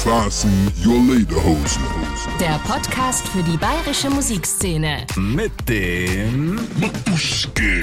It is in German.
Fasten your Lederhosen. Der Podcast für die bayerische Musikszene. Mit dem Matuschke.